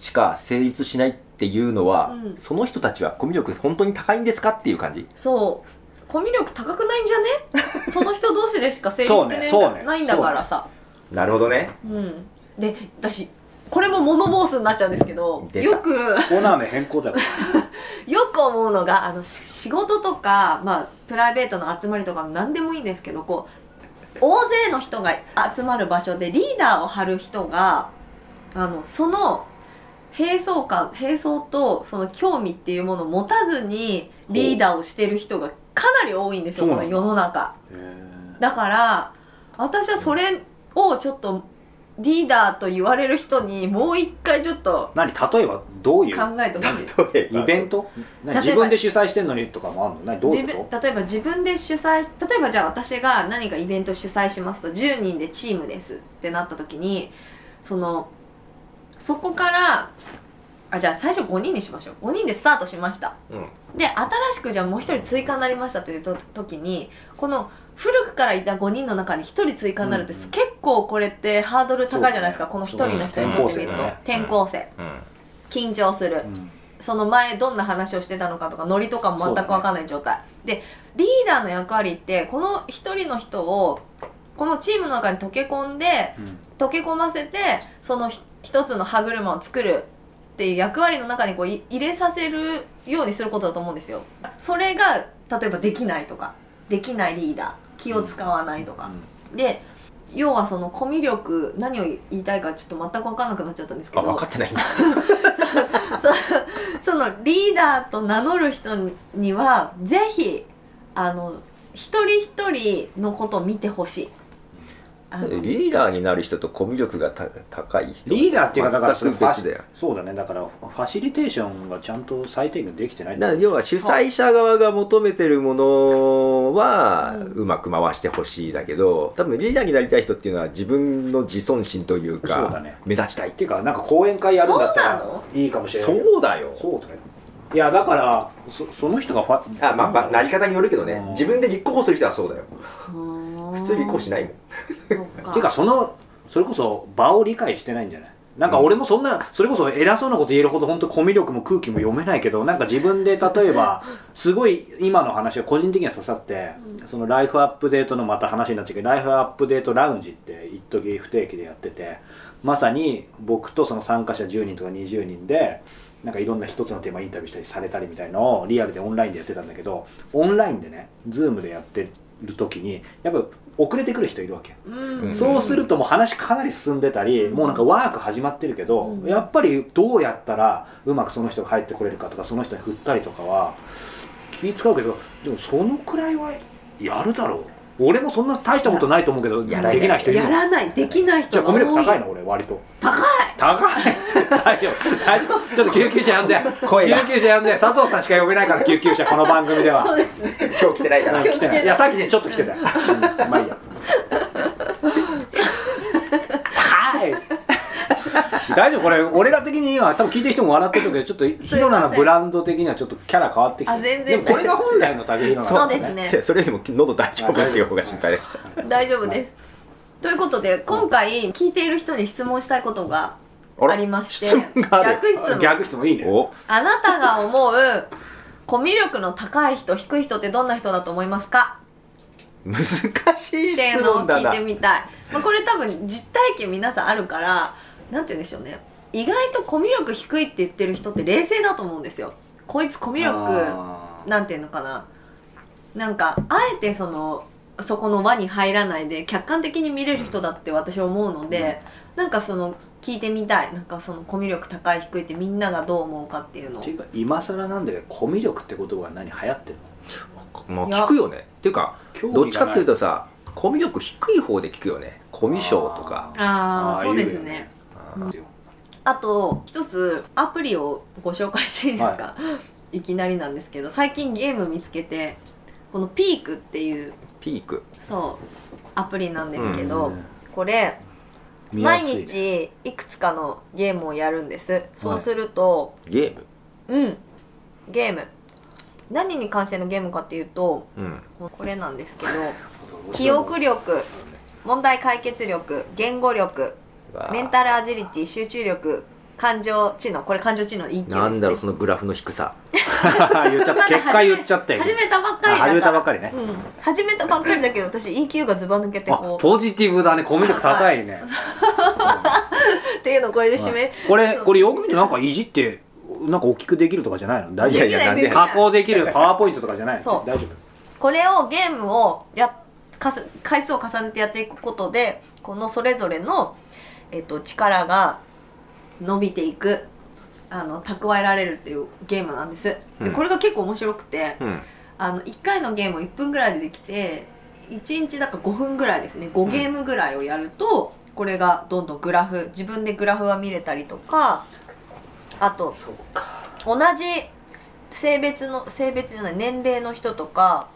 Speaker 2: しか成立しないっていうのは、
Speaker 1: うん
Speaker 2: その人たちはコミュ力本当に高いんですかっていう感じ
Speaker 1: そうコミュ力高くないんじゃね その人同士でしか成立
Speaker 3: そう
Speaker 1: し
Speaker 3: ね
Speaker 1: てね
Speaker 3: そうね
Speaker 1: ないんだからさ
Speaker 2: なるほどね
Speaker 1: うんで私これも物申すになっちゃうんですけど
Speaker 2: 出た
Speaker 1: よく
Speaker 3: コーナー名 変更だよ
Speaker 1: よく思うのがあのし仕事とか、まあ、プライベートの集まりとかも何でもいいんですけどこう大勢の人が集まる場所でリーダーを張る人があのその並走感並走とその興味っていうものを持たずにリーダーをしてる人がかなり多いんですよ
Speaker 3: そ
Speaker 1: こ
Speaker 3: うな
Speaker 1: の
Speaker 3: んだ
Speaker 1: 世の中。
Speaker 3: へー
Speaker 1: だから私はそれをちょっとリーダーと言われる人にもう一回ちょっと
Speaker 3: 何例えばどういう
Speaker 1: 考えてほしい。
Speaker 3: イベン
Speaker 2: ト
Speaker 3: ト
Speaker 1: 例えば
Speaker 3: 何自分で主催してんのにとかもあるの何どうい
Speaker 1: 自
Speaker 3: う
Speaker 1: 分
Speaker 3: こ
Speaker 1: 例えば自分で主催し例えばじゃあ私が何かイベント主催しますと10人でチームですってなった時にそのそこからあじゃあ最初5人にしましょう5人でスタートしました
Speaker 2: うん
Speaker 1: で新しくじゃあもう1人追加になりましたっていうと時にこの古くからいた5人の中に1人追加になるって、
Speaker 3: うんうん
Speaker 1: 結構これってハードル高いじゃないですか、この1人の人にとってみると、
Speaker 2: うん
Speaker 1: 転校生
Speaker 2: うん
Speaker 1: 緊張する
Speaker 3: と、うん
Speaker 1: その前どんな話をしてたのかとかノリとかも全く分かんない状態、でリーダーの役割ってこの一人の人をこのチームの中に溶け込んで
Speaker 3: うん
Speaker 1: 溶け込ませてそのひ一つの歯車を作るっていう役割の中にこうい入れさせるようにすることだと思うんですよそれが例えばできないとかできないリーダー気を使わないとか、で要はそのコミュ力何を言いたいかちょっと全く分かんなくなっちゃったんですけ
Speaker 2: あ
Speaker 1: ど
Speaker 2: 分かってないんだ
Speaker 1: そのリーダーと名乗る人にはぜひあの一人一人のことを見てほしいあの
Speaker 2: リーダーになる人とコミュ力がた高い人
Speaker 3: リーダーっていうかだからそれ
Speaker 2: 全く別だよ
Speaker 3: そうだねだからファシリテーションがちゃんと最低限できてないんだ
Speaker 2: な要は主催者側が求めてるものは
Speaker 1: うん
Speaker 2: うまく回してほしいだけど多分リーダーになりたい人っていうのは自分の自尊心という
Speaker 3: そうだ
Speaker 2: か
Speaker 3: ね
Speaker 2: 目立ちたい
Speaker 3: っていうかなんか講演会やるんだった
Speaker 1: そうなの
Speaker 3: らいいかもしれないけど
Speaker 2: そうだよ
Speaker 3: そうだよいやだからそその人がファ
Speaker 2: あまあまあなり方によるけど
Speaker 3: う
Speaker 2: ね
Speaker 3: ん
Speaker 2: 自分で立候補する人はそうだよ
Speaker 1: 普
Speaker 2: 普通立候補しないもん
Speaker 1: そっか
Speaker 3: っていうかそのそれこそ場を理解してないんじゃないなんか俺もそんなそれこそ偉そうなこと言えるほど本当コミュ力も空気も読めないけどなんか自分で例 えばすごい今の話が個人的には刺さって
Speaker 1: う
Speaker 3: そのライフアップデートのまた話になっちゃうけどライフアップデートラウンジって一時不定期でやっててまさに僕とその参加者10人とか20人でなんかいろんな一つのテーマインタビューしたりされたりみたいのをリアルでオンラインでやってたんだけどオンラインでねズームでやってる時にやっぱ遅れてくる人いるわけ
Speaker 1: うん
Speaker 3: そうするともう話かなり進んでたり、
Speaker 1: うん
Speaker 3: もうなんかワーク始まってるけど、
Speaker 1: うん
Speaker 3: やっぱりどうやったらうまくその人が入ってこれるかとかその人に振ったりとかは気使うけどでもそのくらいはやるだろう俺もそんな大したことないと思うけどでき
Speaker 2: やらない
Speaker 3: ない人いる
Speaker 1: や
Speaker 3: の
Speaker 1: らないできない
Speaker 3: じゃ
Speaker 1: 人が
Speaker 3: あコ
Speaker 1: 多
Speaker 3: ミ
Speaker 1: い
Speaker 3: ュ力高いの俺割と
Speaker 1: 高い
Speaker 3: 高い大丈夫大丈夫ちょっと救急車呼んで
Speaker 2: 声が
Speaker 3: 救急車呼んで佐藤さんしか呼べないから救急車この番組では
Speaker 1: そうですね
Speaker 2: 今日来てないから
Speaker 1: 今日来てない
Speaker 3: いやさっきねちょっと来てたよ、うんまあいいや はい大丈夫これ俺ら的には多分聞いてる人も笑ってるけどちょっとヒロナのブランド的にはちょっとキャラ変わってきて
Speaker 1: あ全然
Speaker 3: でもこれが本来の竹ヒロナ
Speaker 1: そ
Speaker 3: な
Speaker 1: うんですね
Speaker 2: いやそれよりも喉大丈夫っていう方が心配です
Speaker 1: 大丈夫ですということで今回聞いている人に質問したいことが
Speaker 2: ら
Speaker 1: ありまして
Speaker 2: 質問がある
Speaker 1: 逆質問
Speaker 3: 逆質問いいね
Speaker 2: お
Speaker 1: あなたが思うコミュ力の高い人低い人ってどんな人だと思いますか
Speaker 2: 難し
Speaker 1: っ
Speaker 2: い
Speaker 1: てい
Speaker 2: 質
Speaker 1: うのを
Speaker 2: 問だ
Speaker 1: 聞
Speaker 2: ない
Speaker 1: てみたい、まあ、これ多分実体験皆さんあるからなんて言うんでしょうね意外とコミュ力低いって言ってる人って冷静だと思うんですよこいつコミュ力
Speaker 3: あー
Speaker 1: なんていうのかななんかあえてそのそこの輪に入らないで客観的に見れる人だって私は思うので、なんかその聞いてみたいなんかそのコミュ力高い低いってみんながどう思うかっていうの
Speaker 3: っていうか今更なんでコミュ力って言葉が何流行ってんの
Speaker 2: まあ
Speaker 1: いや
Speaker 2: 聞くよねっていうか
Speaker 3: 興味が
Speaker 2: どっちかっていう
Speaker 3: な
Speaker 2: とさコミュ力低い方で聞くよねコミュ障とか
Speaker 1: ああ
Speaker 3: あー
Speaker 1: そうですね
Speaker 3: 言うよね
Speaker 2: うん
Speaker 3: いですよ
Speaker 1: あと一つアプリをご紹介していいですか、い、きなりなんですけど最近ゲーム見つけてこのピークっていう
Speaker 2: ピーク
Speaker 1: そうアプリなんですけ
Speaker 2: け
Speaker 1: ど、
Speaker 3: うん
Speaker 1: これ
Speaker 3: 見や
Speaker 1: 毎
Speaker 3: すいね
Speaker 1: 日いくつかのゲームをやるんですそうすると、
Speaker 2: ゲーム
Speaker 1: うんゲーム何に関してのゲームかっていうと
Speaker 2: うん
Speaker 1: これなんですけど記憶力問題解決力言語力メンタルアジリティ集中力感情知能これ感情知能 EQ です、ね、
Speaker 2: なんだろうそのグラフの低さ
Speaker 3: 言っちゃった結果言っちゃったよ
Speaker 1: 始めたばっかりだ
Speaker 3: あ
Speaker 1: から
Speaker 3: 始めたばっかりね
Speaker 1: うん、始めたばっかりだけど私 EQ がずば抜けて
Speaker 3: あ
Speaker 1: こう
Speaker 3: ポジティブだねコミュ力高いね
Speaker 1: っていうのをこれで締め、
Speaker 3: これこれよく見てなんかいじってなんか大きくできるとかじゃないの大
Speaker 2: い
Speaker 3: 丈
Speaker 2: や
Speaker 3: 夫
Speaker 2: いやなんで
Speaker 1: できない
Speaker 3: 加工できるパワーポイントとかじゃないの
Speaker 1: そう
Speaker 3: 大丈
Speaker 1: これをゲームをやかす回数を重ねてやっていくことでこのそれぞれの、えっと力が伸びていくあの蓄えられるっていうゲームなんです、
Speaker 2: う
Speaker 1: で
Speaker 2: ん
Speaker 1: これが結構面白くて
Speaker 2: うん
Speaker 1: あの1回のゲームを1分ぐらいでできて1日だから5分ぐらいですね5ゲームぐらいをやると、これがどんどんグラフ自分でグラフは見れたりとかあと
Speaker 3: 夫そうか
Speaker 1: 同じ性別の性別じゃない年齢の人とか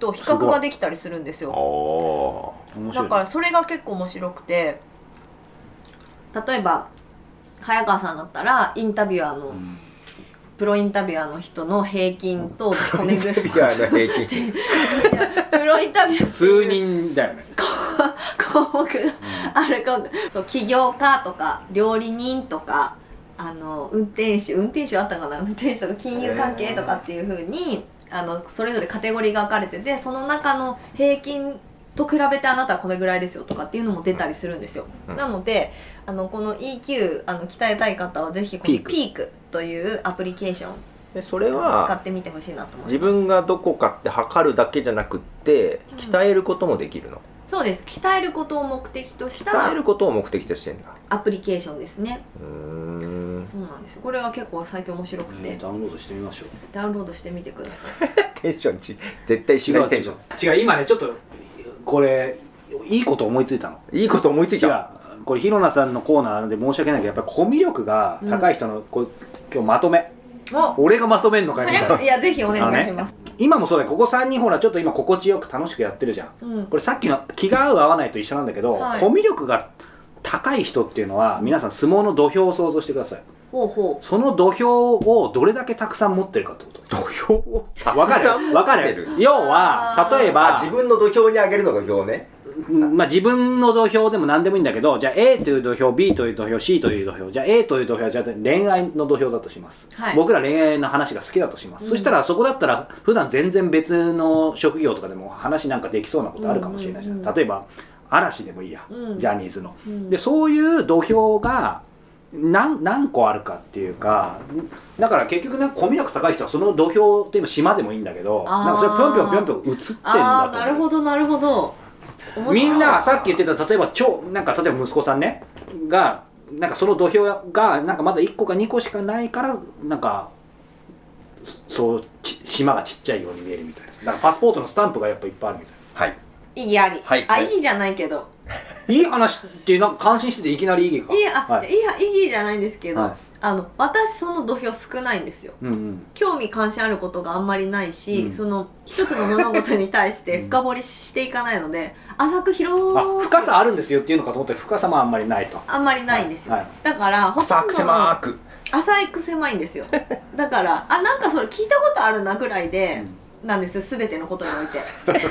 Speaker 1: と比較ができたりするんですよ
Speaker 2: お
Speaker 3: 面白
Speaker 1: だ
Speaker 3: い
Speaker 1: からそれが結構面白くて例えば早川さんだったらインタビュアーの、
Speaker 3: うん
Speaker 1: プロインタビュアーの人の平均とこねぐらい
Speaker 2: ーいやあの平 均
Speaker 1: プロインタビュアーっていう
Speaker 3: 数人だよね
Speaker 1: 項目があるかもそう起業家とか料理人とかあの運転手運転手あったかな運転手とか金融関係とかっていうふうに、あのそれぞれカテゴリーが分かれててその中の平均と比べてあなたはこれぐらいですよとかっていうのも出たりするんですよ、
Speaker 2: うん
Speaker 1: なのであのこの EQ あの鍛えたい方はぜひこ
Speaker 3: ピ
Speaker 1: の
Speaker 3: ーク
Speaker 1: ピークというアプリケーションを
Speaker 2: でそれ
Speaker 1: 使
Speaker 2: は
Speaker 1: ってみてほしいなと思います
Speaker 2: 自分がどこかって測るだけじゃなくって鍛えることもできるの
Speaker 1: そうです鍛えることを目的とし
Speaker 2: 鍛
Speaker 1: た
Speaker 2: えることを目的としてんだ
Speaker 1: アプリケーションですね
Speaker 2: うーん
Speaker 1: そうなんですこれが結構最近面白くて、
Speaker 3: ダウンロードしてみましょう
Speaker 1: ダウンロードしてみてください。
Speaker 2: テンションち絶対しないテンショ
Speaker 3: 違う今ねちょっとこれいいこと思いついたの
Speaker 2: ンいいこと思いつい
Speaker 3: 違
Speaker 2: た
Speaker 3: うこれひろなさんのコーナーで申し訳ないけどやっぱりコミュ力が高い人の、こう今日まとめ
Speaker 1: も
Speaker 3: 俺がまとめんのか
Speaker 1: う
Speaker 3: よみたい
Speaker 1: 早
Speaker 3: な
Speaker 1: くいやぜひお願いします。
Speaker 3: 今もそうだよここ3人ほらちょっと今心地よく楽しくやってるじゃん
Speaker 1: うん
Speaker 3: これさっきの気が合う合わないと一緒なんだけど、
Speaker 1: はい
Speaker 3: コミュ力が高い人っていうのは皆さん相撲の土俵を想像してください
Speaker 1: ほうほ
Speaker 3: その土俵をどれだけたくさん持ってるかってこと
Speaker 2: 土俵を
Speaker 3: わか
Speaker 2: たくさん
Speaker 3: るわかる
Speaker 2: 持って
Speaker 3: 要は
Speaker 1: あー
Speaker 3: 例えば
Speaker 2: あ自分の土俵に上げるの土俵ね
Speaker 3: うんまあ、自分の土俵でも何でもいいんだけどじゃあ A という土俵 B という土俵 C という土俵じゃあ A という土俵はじゃあ恋愛の土俵だとします、
Speaker 1: はい
Speaker 3: 僕ら恋愛の話が好きだとします、
Speaker 1: うん
Speaker 3: そしたらそこだったら普段全然別の職業とかでも話なんかできそうなことあるかもしれないじゃん,、
Speaker 1: うんうんうん
Speaker 3: 例えば嵐でもいいや、
Speaker 1: うん
Speaker 3: ジャニーズの
Speaker 1: う。うん
Speaker 3: でそういう土俵が何何個あるかっていうかだから結局なんかコミュ力高い人はその土俵って今島でもいいんだけど
Speaker 1: あー
Speaker 3: なんかそれぴょんぴょんぴょんぴょん映ってん
Speaker 1: あ
Speaker 3: だ
Speaker 1: あ
Speaker 3: と
Speaker 1: な
Speaker 3: 思
Speaker 1: るほ
Speaker 3: う
Speaker 1: どなるほど。面白い
Speaker 3: みんなさっき言ってた例えば超なんか例えば息子さんねがなんかその土俵がなんかまだ1個か2個しかないからなんかそそうち島がちっちゃいように見えるみたいなだからパスポートのスタンプがやっぱいっぱいあるみたい
Speaker 2: はい
Speaker 1: いいあり。
Speaker 2: はい
Speaker 1: あ
Speaker 2: はい
Speaker 1: いいじゃないけど。
Speaker 3: ないい話ってなんか感心してていきなり意義か
Speaker 1: いいあ、
Speaker 3: はい
Speaker 1: い、いはいいじゃないんですけど、
Speaker 3: はい
Speaker 1: あの私その土俵少ないんですよ。
Speaker 3: うんうん
Speaker 1: 興味関心あることがあんまりないし、
Speaker 3: うん
Speaker 1: その一つの物事に対して深掘りしていかないので、浅く広
Speaker 3: あ
Speaker 1: く
Speaker 3: 深さあるんですよっていうのかと思ったら深さもあんまりないと
Speaker 1: あんまりないんですよ。
Speaker 3: はい
Speaker 1: だからほ
Speaker 2: 浅
Speaker 1: とん
Speaker 2: く
Speaker 1: ど
Speaker 2: 狭
Speaker 1: の
Speaker 2: く
Speaker 1: 浅く狭いんです よだからあなんかそれ聞いたことあるなぐらいで、なんです全てのことにおい て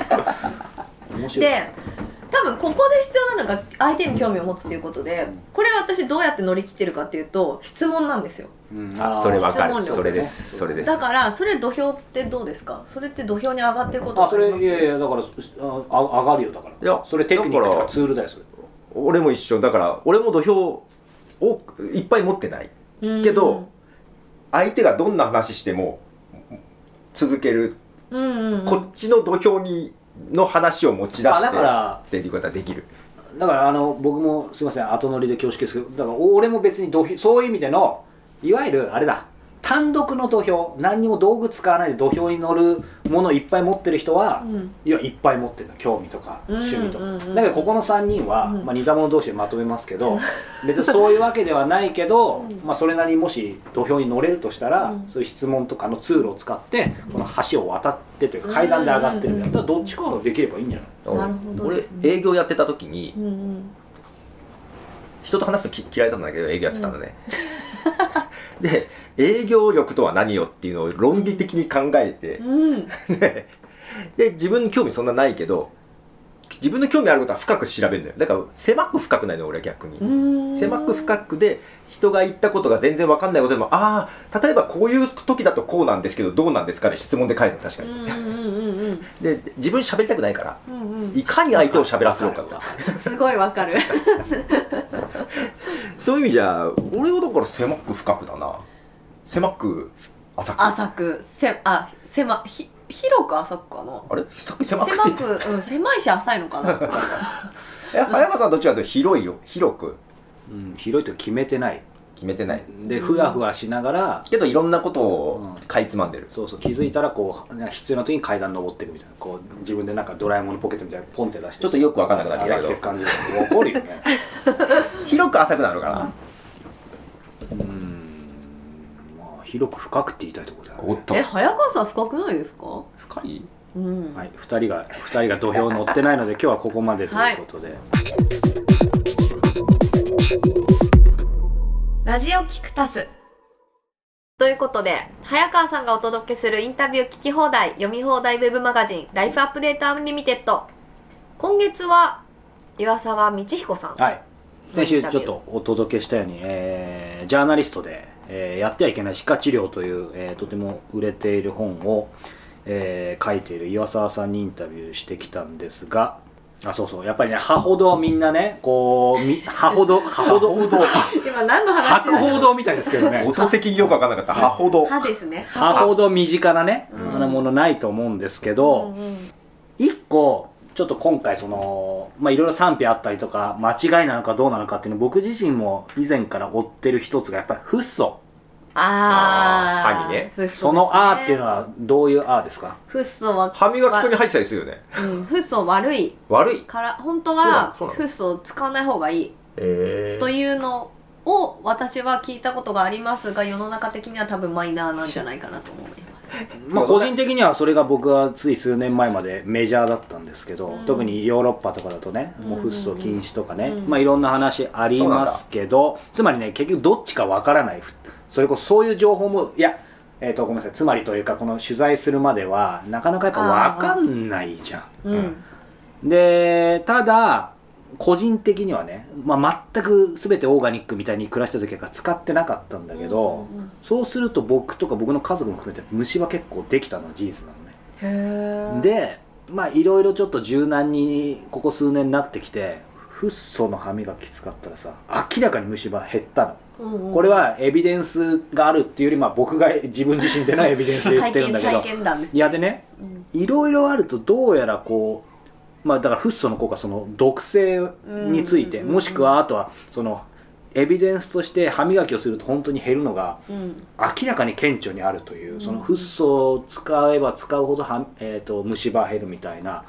Speaker 3: 面白い
Speaker 1: で多分ここで必要なのが相手に興味を持つっていうことでこれは私どうやって乗り切ってるかっていうと質問なんですよ
Speaker 3: うんあー
Speaker 2: それわか
Speaker 1: 質問
Speaker 2: る
Speaker 1: 力
Speaker 2: それですそれです
Speaker 1: だからそれ土俵ってどうですかそれって土俵に上がってること
Speaker 3: あ
Speaker 1: わ
Speaker 3: そ
Speaker 1: かりま
Speaker 3: れ
Speaker 1: す
Speaker 3: いやいやだからああ上がるよだから
Speaker 2: いや
Speaker 3: それテクニックと
Speaker 2: だか
Speaker 3: からツールだよそれ
Speaker 2: 俺も一緒だから俺も土俵をいっぱい持ってない
Speaker 1: うん
Speaker 2: けど相手がどんな話しても続ける、
Speaker 1: うんうんうん
Speaker 2: こっちの土俵にの話を持ち出して
Speaker 3: あだから
Speaker 2: っていうことはできる
Speaker 3: だからあの僕もすいません後乗りで恐縮ですけどだから俺も別に土俵そういう意味でのいわゆるあれだ単独の土俵何にも道具使わないで土俵に乗るものをいっぱい持ってる人は、
Speaker 1: うん
Speaker 3: いやいっぱい持ってるの興味とか
Speaker 1: うん
Speaker 3: 趣味とか、
Speaker 1: うんうん
Speaker 3: だけどここの3人は、
Speaker 1: うん
Speaker 3: まあ、似た者同士でまとめますけど、別にそういうわけではないけど、
Speaker 1: うん
Speaker 3: まあ、それなりにもし土俵に乗れるとしたら、
Speaker 1: うん
Speaker 3: そういう質問とかの通路を使ってこの橋を渡ってというか階段で上がってるんだったらどっちかができればいいんじゃない
Speaker 1: なるほど
Speaker 2: 俺
Speaker 1: ですね
Speaker 2: 営業やってた時に
Speaker 1: うんうん
Speaker 2: 人と話すのき嫌いだったんだけど営業やってたんだね、 で営業力とは何よっていうのを論理的に考えて、
Speaker 1: うん
Speaker 2: で自分に興味そんなないけど自分の興味あることは深く調べるんだよだから狭く深くないの俺は逆に、
Speaker 1: うん
Speaker 2: 狭く深くで人が言ったことが全然わかんないことでもああ例えばこういう時だとこうなんですけどどうなんですかね質問で返るの確か
Speaker 1: う
Speaker 2: に、
Speaker 1: んうんうんうん
Speaker 2: で自分喋りたくないから
Speaker 1: うんうん
Speaker 2: いかに相手を喋らせようかって
Speaker 1: すごいわかる
Speaker 2: そういう意味じゃ俺はだから狭く深くだな狭く浅く
Speaker 1: 浅くせあ狭ひ広く浅くかな
Speaker 2: あれさっき狭くって
Speaker 1: 狭
Speaker 2: 言って
Speaker 1: く、うん、狭いし浅いの かな
Speaker 2: え葉山さんはどっちかというと広いよ広く
Speaker 3: うん、広いと決めてない
Speaker 2: 決めてない
Speaker 3: でふわふわしながら、
Speaker 2: けどいろんなことをかいつまんでる、
Speaker 3: そうそう気づいたらこう必要な時に階段登っていくみたいなこう自分でなんかドラえもんのポケットみたいなのポンって出して
Speaker 2: ちょっとよくわかんなくなってきた
Speaker 3: 上が
Speaker 2: け
Speaker 3: って
Speaker 2: ど
Speaker 3: く感じで怒るよね
Speaker 2: 広く浅くなるかな、
Speaker 3: うんまあ広く深くって言いたいところだよね
Speaker 2: おっと
Speaker 1: え早川さん深くないですか
Speaker 2: 深い
Speaker 1: うん、
Speaker 3: はい、2人が二人が土俵乗ってないので今日はここまでということで、
Speaker 1: ラジオキクタスということで早川さんがお届けするインタビュー聞き放題読み放題ウェブマガジン「ライフアップデートアンリミテッド」今月は岩沢道彦さん
Speaker 3: はい、先週ちょっとお届けしたように、えージャーナリストで、えーやってはいけない歯科治療という、えーとても売れている本を、えー書いている岩沢さんにインタビューしてきたんですがあそうそうやっぱりね歯ほどみんなねこうみ歯ほど歯ほど
Speaker 1: 今何の話
Speaker 3: 白報堂みたいですけ どね
Speaker 2: 音的によくわかんなかった歯ほど
Speaker 1: 歯ですね
Speaker 3: 歯ほど身近なね、
Speaker 1: うん
Speaker 3: あのものないと思うんですけど、
Speaker 1: うんうん
Speaker 3: 一個ちょっと今回そのまあいろいろ賛否あったりとか間違いなのかどうなのかっていうの僕自身も以前から追ってる一つがやっぱりフッ素
Speaker 1: ああ
Speaker 2: あー歯にね
Speaker 3: その「あ」っていうのはどういう「あ」ですか
Speaker 1: フッ素は、
Speaker 2: 歯磨き粉に入ってたりするよね
Speaker 1: うん、フッ素悪い
Speaker 2: 悪い
Speaker 1: から本当は
Speaker 2: そうなのそうなの
Speaker 1: フッ素を使わない方がいい
Speaker 2: え
Speaker 1: というのを私は聞いたことがありますが世の中的には多分マイナーなんじゃないかなと思います
Speaker 3: まあ個人的にはそれが僕はつい数年前までメジャーだったんですけど、
Speaker 1: うん
Speaker 3: 特にヨーロッパとかだとねもうフッ素禁止とかね、まあいろんな話ありますけどつまりね結局どっちかわからないふそれこそそういう情報もいやえー、とごめんなさいつまりというかこの取材するまではなかなかやっぱわかんないじゃん
Speaker 1: うん、
Speaker 3: でただ個人的にはね、まあ、全く全てオーガニックみたいに暮らした時は使ってなかったんだけど、
Speaker 1: うん
Speaker 3: そうすると僕とか僕の家族も含めて虫は結構できたのは事実なのね、
Speaker 1: うんうんへえ
Speaker 3: でまあいろいろちょっと柔軟にここ数年になってきてフッ素の歯磨き使ったらさ明らかに虫歯減ったのこれはエビデンスがあるっていうよりまあ僕が自分自身でのエビデンスで言っ
Speaker 1: 体
Speaker 3: てるん
Speaker 1: 験
Speaker 3: だけど
Speaker 1: 体験談です
Speaker 3: いやでね
Speaker 1: うん
Speaker 3: いろいろあるとどうやらこうまあだからフッ素の効果その毒性について
Speaker 1: うんうんうんうん
Speaker 3: もしくはあとはそのエビデンスとして歯磨きをすると本当に減るのが
Speaker 1: うん
Speaker 3: 明らかに顕著にあるといううんそのフッ素を使えば使うほどは、えー、と虫歯減るみたいな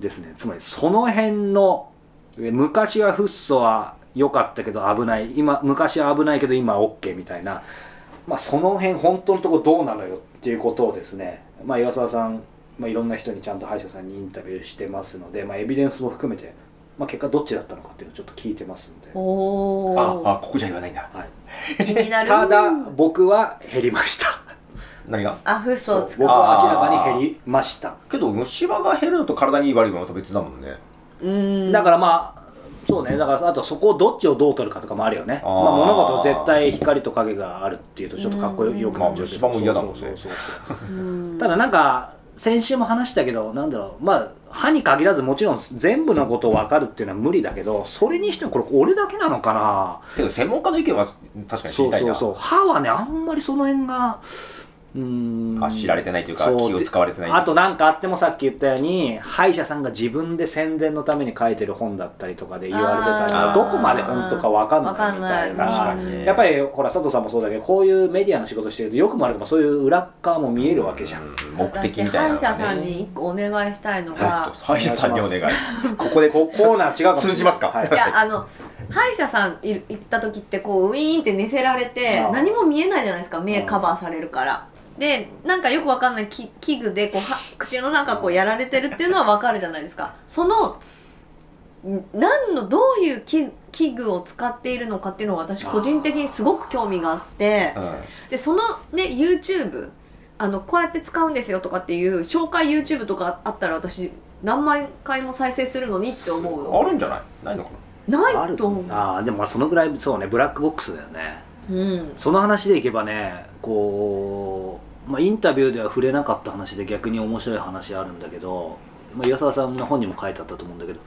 Speaker 3: ですねつまりその辺のえ昔はフッ素は良かったけど危ない今昔は危ないけど今は OK みたいな、まあ、その辺本当のところどうなのよっていうことをですね、まあ、岩沢さん、まあ、いろんな人にちゃんと歯医者さんにインタビューしてますので、まあ、エビデンスも含めて、まあ、結果どっちだったのかっていうのをちょっと聞いてますんで。
Speaker 1: お
Speaker 2: あ
Speaker 1: お
Speaker 2: あここじゃ言わないんだ
Speaker 1: 気になる
Speaker 3: ただ僕は減りました
Speaker 2: 何が
Speaker 1: あフッ素を使
Speaker 3: 僕
Speaker 1: う
Speaker 3: は明らかに減りました
Speaker 2: けど虫歯が減るのと体にいい悪いものと別だもんね
Speaker 1: うん
Speaker 3: だからまあそうねだからあとそこをどっちをどう取るかとかもあるよね
Speaker 2: あー
Speaker 3: まあ、物事は絶対光と影があるっていうとちょっとかっこよくなっちゃうけど
Speaker 2: まあ虫歯も嫌だもんね
Speaker 3: そうそうそうそう
Speaker 1: ら
Speaker 3: ただなんか先週も話したけどなんだろうまあ歯に限らずもちろん全部のことを分かるっていうのは無理だけどそれにしてもこれ俺だけなのかな
Speaker 2: けど専門家の意見は確かに知
Speaker 3: そ
Speaker 2: り
Speaker 3: う
Speaker 2: たい
Speaker 3: そ
Speaker 2: な
Speaker 3: うそう歯はねあんまりその辺がうん
Speaker 2: あ知られてないというか
Speaker 3: そう
Speaker 2: 気を使われてない
Speaker 3: あと何かあってもさっき言ったように歯医者さんが自分で宣伝のために書いてる本だったりとかで言われてた
Speaker 1: あ
Speaker 3: ら
Speaker 1: ー
Speaker 3: どこまで本当か分かんないみたい
Speaker 1: 分
Speaker 3: な
Speaker 1: かんない
Speaker 2: 確かにね
Speaker 3: やっぱりほら佐藤さんもそうだけどこういうメディアの仕事してるとよくもあるかもそういう裏側も見えるわけじゃん、
Speaker 2: うん目的みたいなのがね
Speaker 1: 私歯医者さんに一個お願いしたいの
Speaker 2: はい
Speaker 1: が、
Speaker 2: 歯医者さんにお願い ここで
Speaker 3: こコーナー違うかもしれない
Speaker 2: 通じますか
Speaker 3: はい
Speaker 1: い、やあの歯医者さんい行った時ってこうウィーンって寝せられて
Speaker 3: ああ
Speaker 1: 何も見えないじゃないですか目カバーされるから。でなんかよくわかんないき器具でこうは口の中こうやられてるっていうのはわかるじゃないですかそのん何のどういう器器具を使っているのかっていうのは私個人的にすごく興味があって
Speaker 2: うん
Speaker 1: でそのね YouTube あのこうやって使うんですよとかっていう紹介 YouTube とかあったら私何万回も再生するのにって思う
Speaker 2: あるんじゃないないのかな
Speaker 1: な
Speaker 3: あ
Speaker 1: い
Speaker 3: る
Speaker 1: と思う
Speaker 3: あーでもまあそのぐらいそうねブラックボックスだよね
Speaker 1: うん、
Speaker 3: その話でいけばねこう、まあ、インタビューでは触れなかった話で逆に面白い話あるんだけど、まあ、岩沢さんの本にも書いてあったと思うんだけど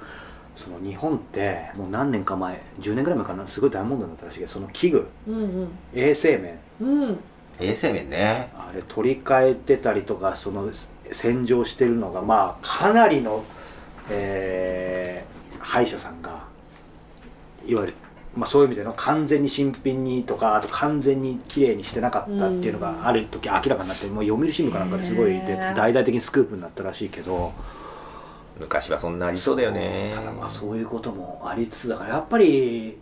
Speaker 3: その日本ってもう何年か前10年ぐらい前かなすごい大問題になったらしいけどその器具
Speaker 1: うん
Speaker 3: 衛生面
Speaker 1: うんうん
Speaker 2: 衛生面ね
Speaker 3: あれ取り替えてたりとかその洗浄してるのがまあかなりの、えー歯医者さんがいわゆる、まあ、そういう意味での完全に新品にとかあと完全に綺麗にしてなかったっていうのがある時明らかになってもう読売新聞かなんかですごい
Speaker 1: へ
Speaker 3: で
Speaker 1: ー
Speaker 3: 大々的にスクープになったらしいけど
Speaker 2: 昔はそんなありそうだよね
Speaker 3: ただまあそういうこともありつつだからやっぱり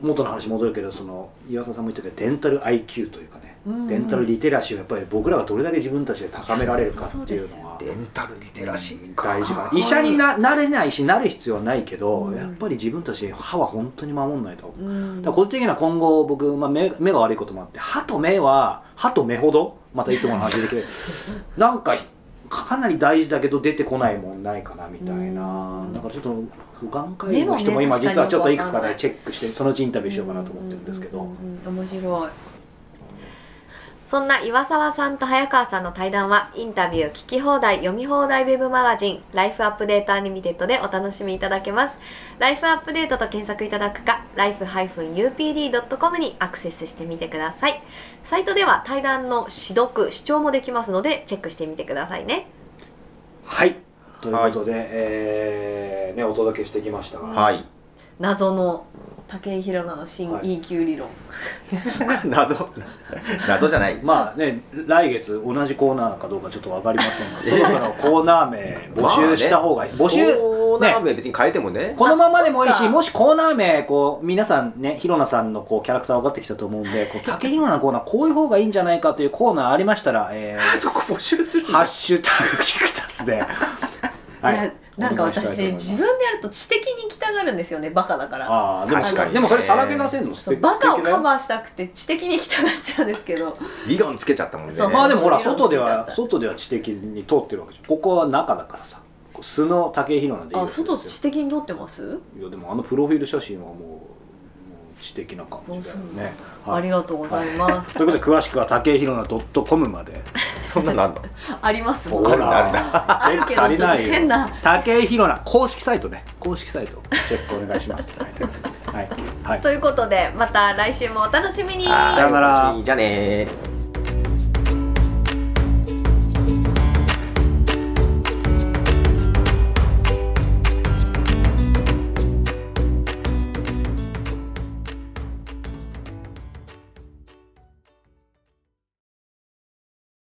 Speaker 3: 元の話戻るけどその岩沢さんも言ったけどデンタル IQ というかね
Speaker 1: うんうん
Speaker 3: デンタルリテラシーをやっぱり僕らがどれだけ自分たちで高められるかっていうのは
Speaker 2: デンタルリテラシーか
Speaker 3: 大事か
Speaker 1: かっこい
Speaker 3: ない医者にななれないしなる必要はないけど、
Speaker 1: うん
Speaker 3: やっぱり自分たちで歯は本当に守んないと、
Speaker 1: うん
Speaker 3: だから個人的には今後僕、まあ、目目が悪いこともあって歯と目は歯と目ほどまたいつもの話 でけどなんかひかなり大事だけど出てこないもんないかなみたいな、
Speaker 1: うん
Speaker 3: だからちょっと不眼科医の人も
Speaker 1: 目もね確
Speaker 3: 今
Speaker 1: かに
Speaker 3: 実はちょっといくつ
Speaker 1: よくわか
Speaker 3: か
Speaker 1: んな
Speaker 3: ね
Speaker 1: い
Speaker 3: チェックしてそのうちインタビューしようかなと思ってるんですけど、
Speaker 1: うんうんうん面白いそんな岩沢さんと早川さんの対談はインタビュー聞き放題読み放題ウェブマガジン「ライフアップデートアニメテッド」でお楽しみいただけますライフアップデートと検索いただくか life-upd.com にアクセスしてみてくださいサイトでは対談の視読視聴もできますのでチェックしてみてくださいね
Speaker 3: はいということで、えーね、お届けしてきましたが、
Speaker 2: はい
Speaker 1: 謎の武井宏奈の新
Speaker 3: はい
Speaker 1: EQ 理論、
Speaker 2: 謎 謎じゃない
Speaker 3: まあね、来月同じコーナーかどうかちょっとわかりま せんが、そろそろコーナー名募集した方がいい。募集、
Speaker 2: コーナー名別に変えてもね
Speaker 3: このままでもいい
Speaker 1: そっ
Speaker 3: し、
Speaker 1: か
Speaker 3: もしコーナー名、こう、皆さんね、ひろなさんのこう、キャラクター分かってきたと思うんで、こう、竹ひろなコーナー、こういう方がいいんじゃないかというコーナーありましたら、 えー
Speaker 2: そこ募集する
Speaker 3: ハッシュタグキクタスで、はい
Speaker 1: いやなんか
Speaker 3: お願いしたいと思
Speaker 1: 私
Speaker 3: います
Speaker 1: 自分でやると知的に行きたがるんですよねバカだから
Speaker 3: ああ、でも、
Speaker 2: 確かにね
Speaker 3: でもそれさらけ出せんの素
Speaker 1: そう
Speaker 3: 敵
Speaker 1: バカをカ
Speaker 3: 素敵だよ
Speaker 1: バーしたくて知的に行きたがっちゃうんですけど
Speaker 2: 理論つけちゃったもんね
Speaker 1: そう
Speaker 3: まあでもほら、
Speaker 1: そう
Speaker 3: 外で
Speaker 1: 色々つけちゃっ
Speaker 3: は、
Speaker 1: た
Speaker 3: 外では知的に通ってるわけじゃん。ここは中だからさ、こう素の竹ひろなでいいわ
Speaker 1: あ
Speaker 3: けですよ
Speaker 1: 外知的に撮ってます
Speaker 3: いやでもあのプロフィール写真はもうもう知的な感じだよね。
Speaker 1: あり
Speaker 3: が
Speaker 1: がとうございます、
Speaker 3: ということで詳しくは竹井宏奈ドットコ ムまで。
Speaker 2: そんなのあんの
Speaker 1: ありますも
Speaker 3: ほ
Speaker 1: ん
Speaker 2: あるん
Speaker 3: ら、
Speaker 1: るけど
Speaker 3: 足りない
Speaker 1: ちょっと変
Speaker 3: よ
Speaker 1: な。
Speaker 3: 竹井宏奈公式サイトね、公式サイトチェックお願いします。はいはい。はい
Speaker 1: ということでまた来週もお楽しみに
Speaker 2: はい
Speaker 3: さよなら
Speaker 2: じゃあねー